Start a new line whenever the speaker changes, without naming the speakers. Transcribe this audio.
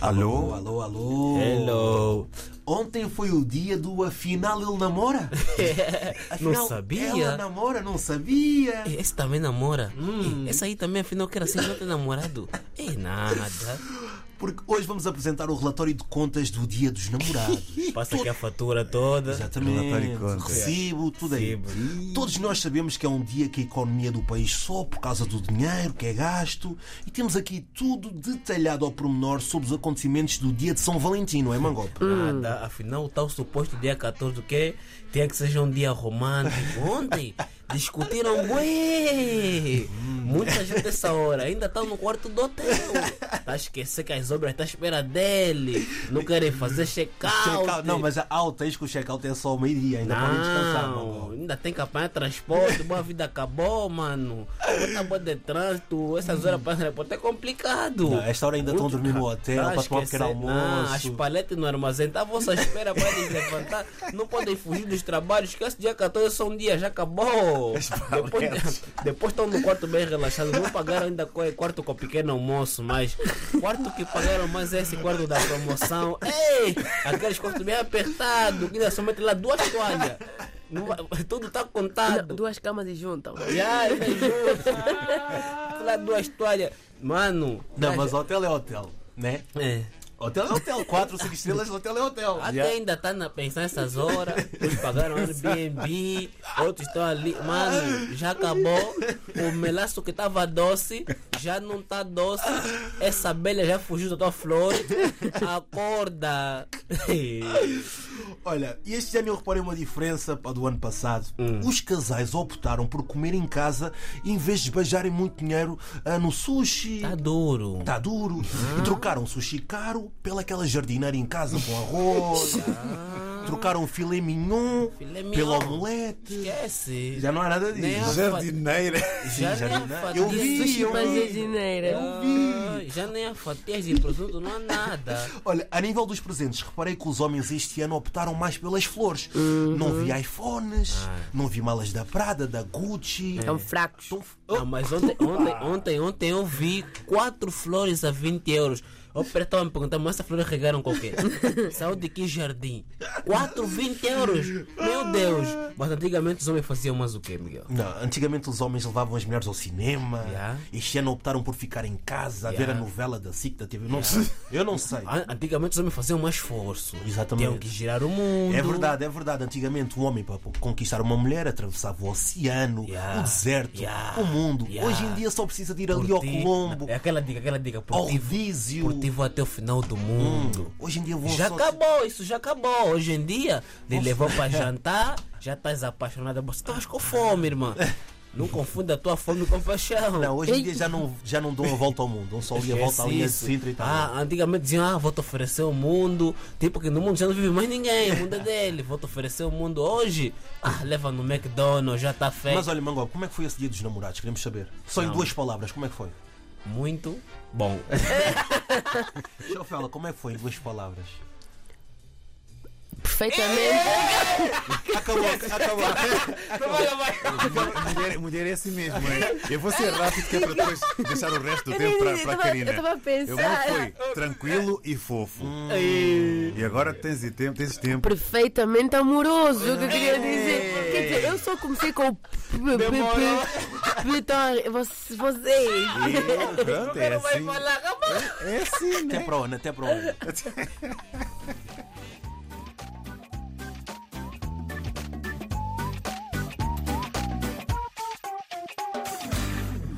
Alô?
Alô, alô.
Hello.
Ontem foi o dia do afinal ele namora.
Não
Afinal, Ela
sabia?
namora, não sabia.
Esse também namora.
Hum.
Ei, Essa aí também, afinal, que era assim, não tem namorado. É nada.
Porque hoje vamos apresentar o relatório de contas do dia dos namorados.
Passa aqui a fatura toda.
Exatamente.
Relatório de contas.
Recibo, tudo aí.
Recibo.
Todos nós sabemos que é um dia que a economia do país só por causa do dinheiro que é gasto e temos aqui tudo detalhado ao pormenor sobre os acontecimentos do dia de São Valentim, não é, Mangope?
Nada. Afinal, o tal suposto dia 14 do que tinha que seja um dia romântico. Ontem discutiram, ué! Muita gente essa hora ainda está no quarto do hotel. Tá a esquecer que as obras estão à espera dele. Não querem fazer check-out.
Check-out. Não, mas há hotéis que o check-out é só ao meio-dia, ainda podem descansar,
Não,
Mangope.
ainda tem que apanhar transporte, boa vida acabou, mano. Muita boa de trânsito, essas horas para transporte é complicado.
Não, é esta hora ainda
Muito
estão a dormir no hotel,
Tá,
para tomar um
esquece-
pequeno
Não, é, as
almoço.
paletas no armazém estavam só à espera para eles levantar. Não podem fugir dos trabalhos. Esquece dia 14, só um dia, já acabou. Depois, depois estão no quarto bem relaxado. Não pagaram ainda co- quarto com pequeno almoço, mas quarto que pagaram mais é esse quarto da promoção. Ei, aqueles quartos bem apertados, que ainda somente lá duas toalhas. Não vai- Tudo está contado.
Duas camas e juntam.
Já, já junto. Lá duas toalhas. Mano.
Não,
já-
mas hotel é hotel, né?
É.
Hotel é hotel, 4 ou 5 estrelas, hotel é hotel.
Até
Yeah.
ainda tá na pensão essas horas. Uns pagaram um Airbnb, outros estão ali. Mano, já acabou. O melaço que tava doce já não tá doce. Essa abelha já fugiu da tua flor. Acorda.
Olha, e este ano eu reparei uma diferença pá, do ano passado.
Hum.
Os casais optaram por comer em casa em vez de beijarem muito dinheiro ah, no sushi.
Tá duro.
Tá duro. E trocaram sushi caro pelaquela jardineira em casa com arroz. Trocaram filé mignon,
Filé mignon.
pelo omelete.
Esquece.
Já não há nada disso.
Nem a-
Jardineira.
Já nem a
jardineira.
fatia-
Eu vi,
Sushi
eu
para
vi.
jardineira.
Ah, Já nem a fatias de produto, não há nada.
Olha, a nível dos presentes, reparei que os homens este ano optaram mais pelas flores.
Uhum.
Não vi iPhones,
Ah.
não vi malas da Prada, da Gucci.
É.
São fracos.
Tão-
Não, mas ontem, ontem, ontem, ontem eu vi quatro flores a 20 euros. O Pedro estava me perguntando, mas essas flores regaram com o quê? Saiu de que jardim? Quatro, 20 euros! Meu Deus! Mas antigamente os homens faziam mais o quê, Miguel?
Não, antigamente os homens levavam as mulheres ao cinema.
Yeah.
Este ano optaram por ficar em casa a ver a
Yeah.
novela da SIC da TV. Não sei. Eu não sei.
An- Ah, Antigamente os homens faziam mais esforço.
Exatamente.
Tinham que girar o mundo.
É verdade, é verdade. Antigamente um homem para conquistar uma mulher atravessava o oceano,
Yeah.
o deserto,
Yeah.
o mundo.
Yeah.
Hoje em dia só precisa de ir ali
Por
ao
ti-
Colombo,
É aquela dica, aquela dica. Por
ao
ti-
Vízio.
por ti vou até o final do mundo.
Hoje em dia vão
Já
Um só...
acabou, isso já acabou. Hoje em dia, lhe levou para jantar, já estás apaixonada. Você estás com fome, irmã. Não confunda a tua fome com paixão.
Não, hoje em dia já não, já não dão a volta ao mundo. Um só ia
Esquece
volta à linha de
isso.
Sintra e tal.
É Ah, antigamente diziam, ah, vou te oferecer o mundo. Tipo que no mundo já não vive mais ninguém, o mundo é dele. Vou te oferecer o mundo hoje. Ah, leva no McDonald's, já tá está feito.
Mas olha, Mangó, como é que foi esse dia dos namorados? Queremos saber. Só em duas palavras, como é que foi?
Muito bom.
Deixa eu falar, como é que foi em duas palavras?
Perfeitamente.
Acabou, acabou.
Mulher, mulher é assim mesmo, é? Eu vou ser rápido que é para depois deixar o resto do tempo para, para a Karina.
Eu estava a
Eu vou
pensar.
foi tranquilo e fofo. E agora tens e tempo, tens tempo.
Perfeitamente amoroso, o que eu queria dizer. Quer dizer, eu só comecei com o p- p- p- p- então, vocês. vocês.
Pronto, é assim.
falar, rapaz.
É assim,
Até
né?
para onde, até para onde.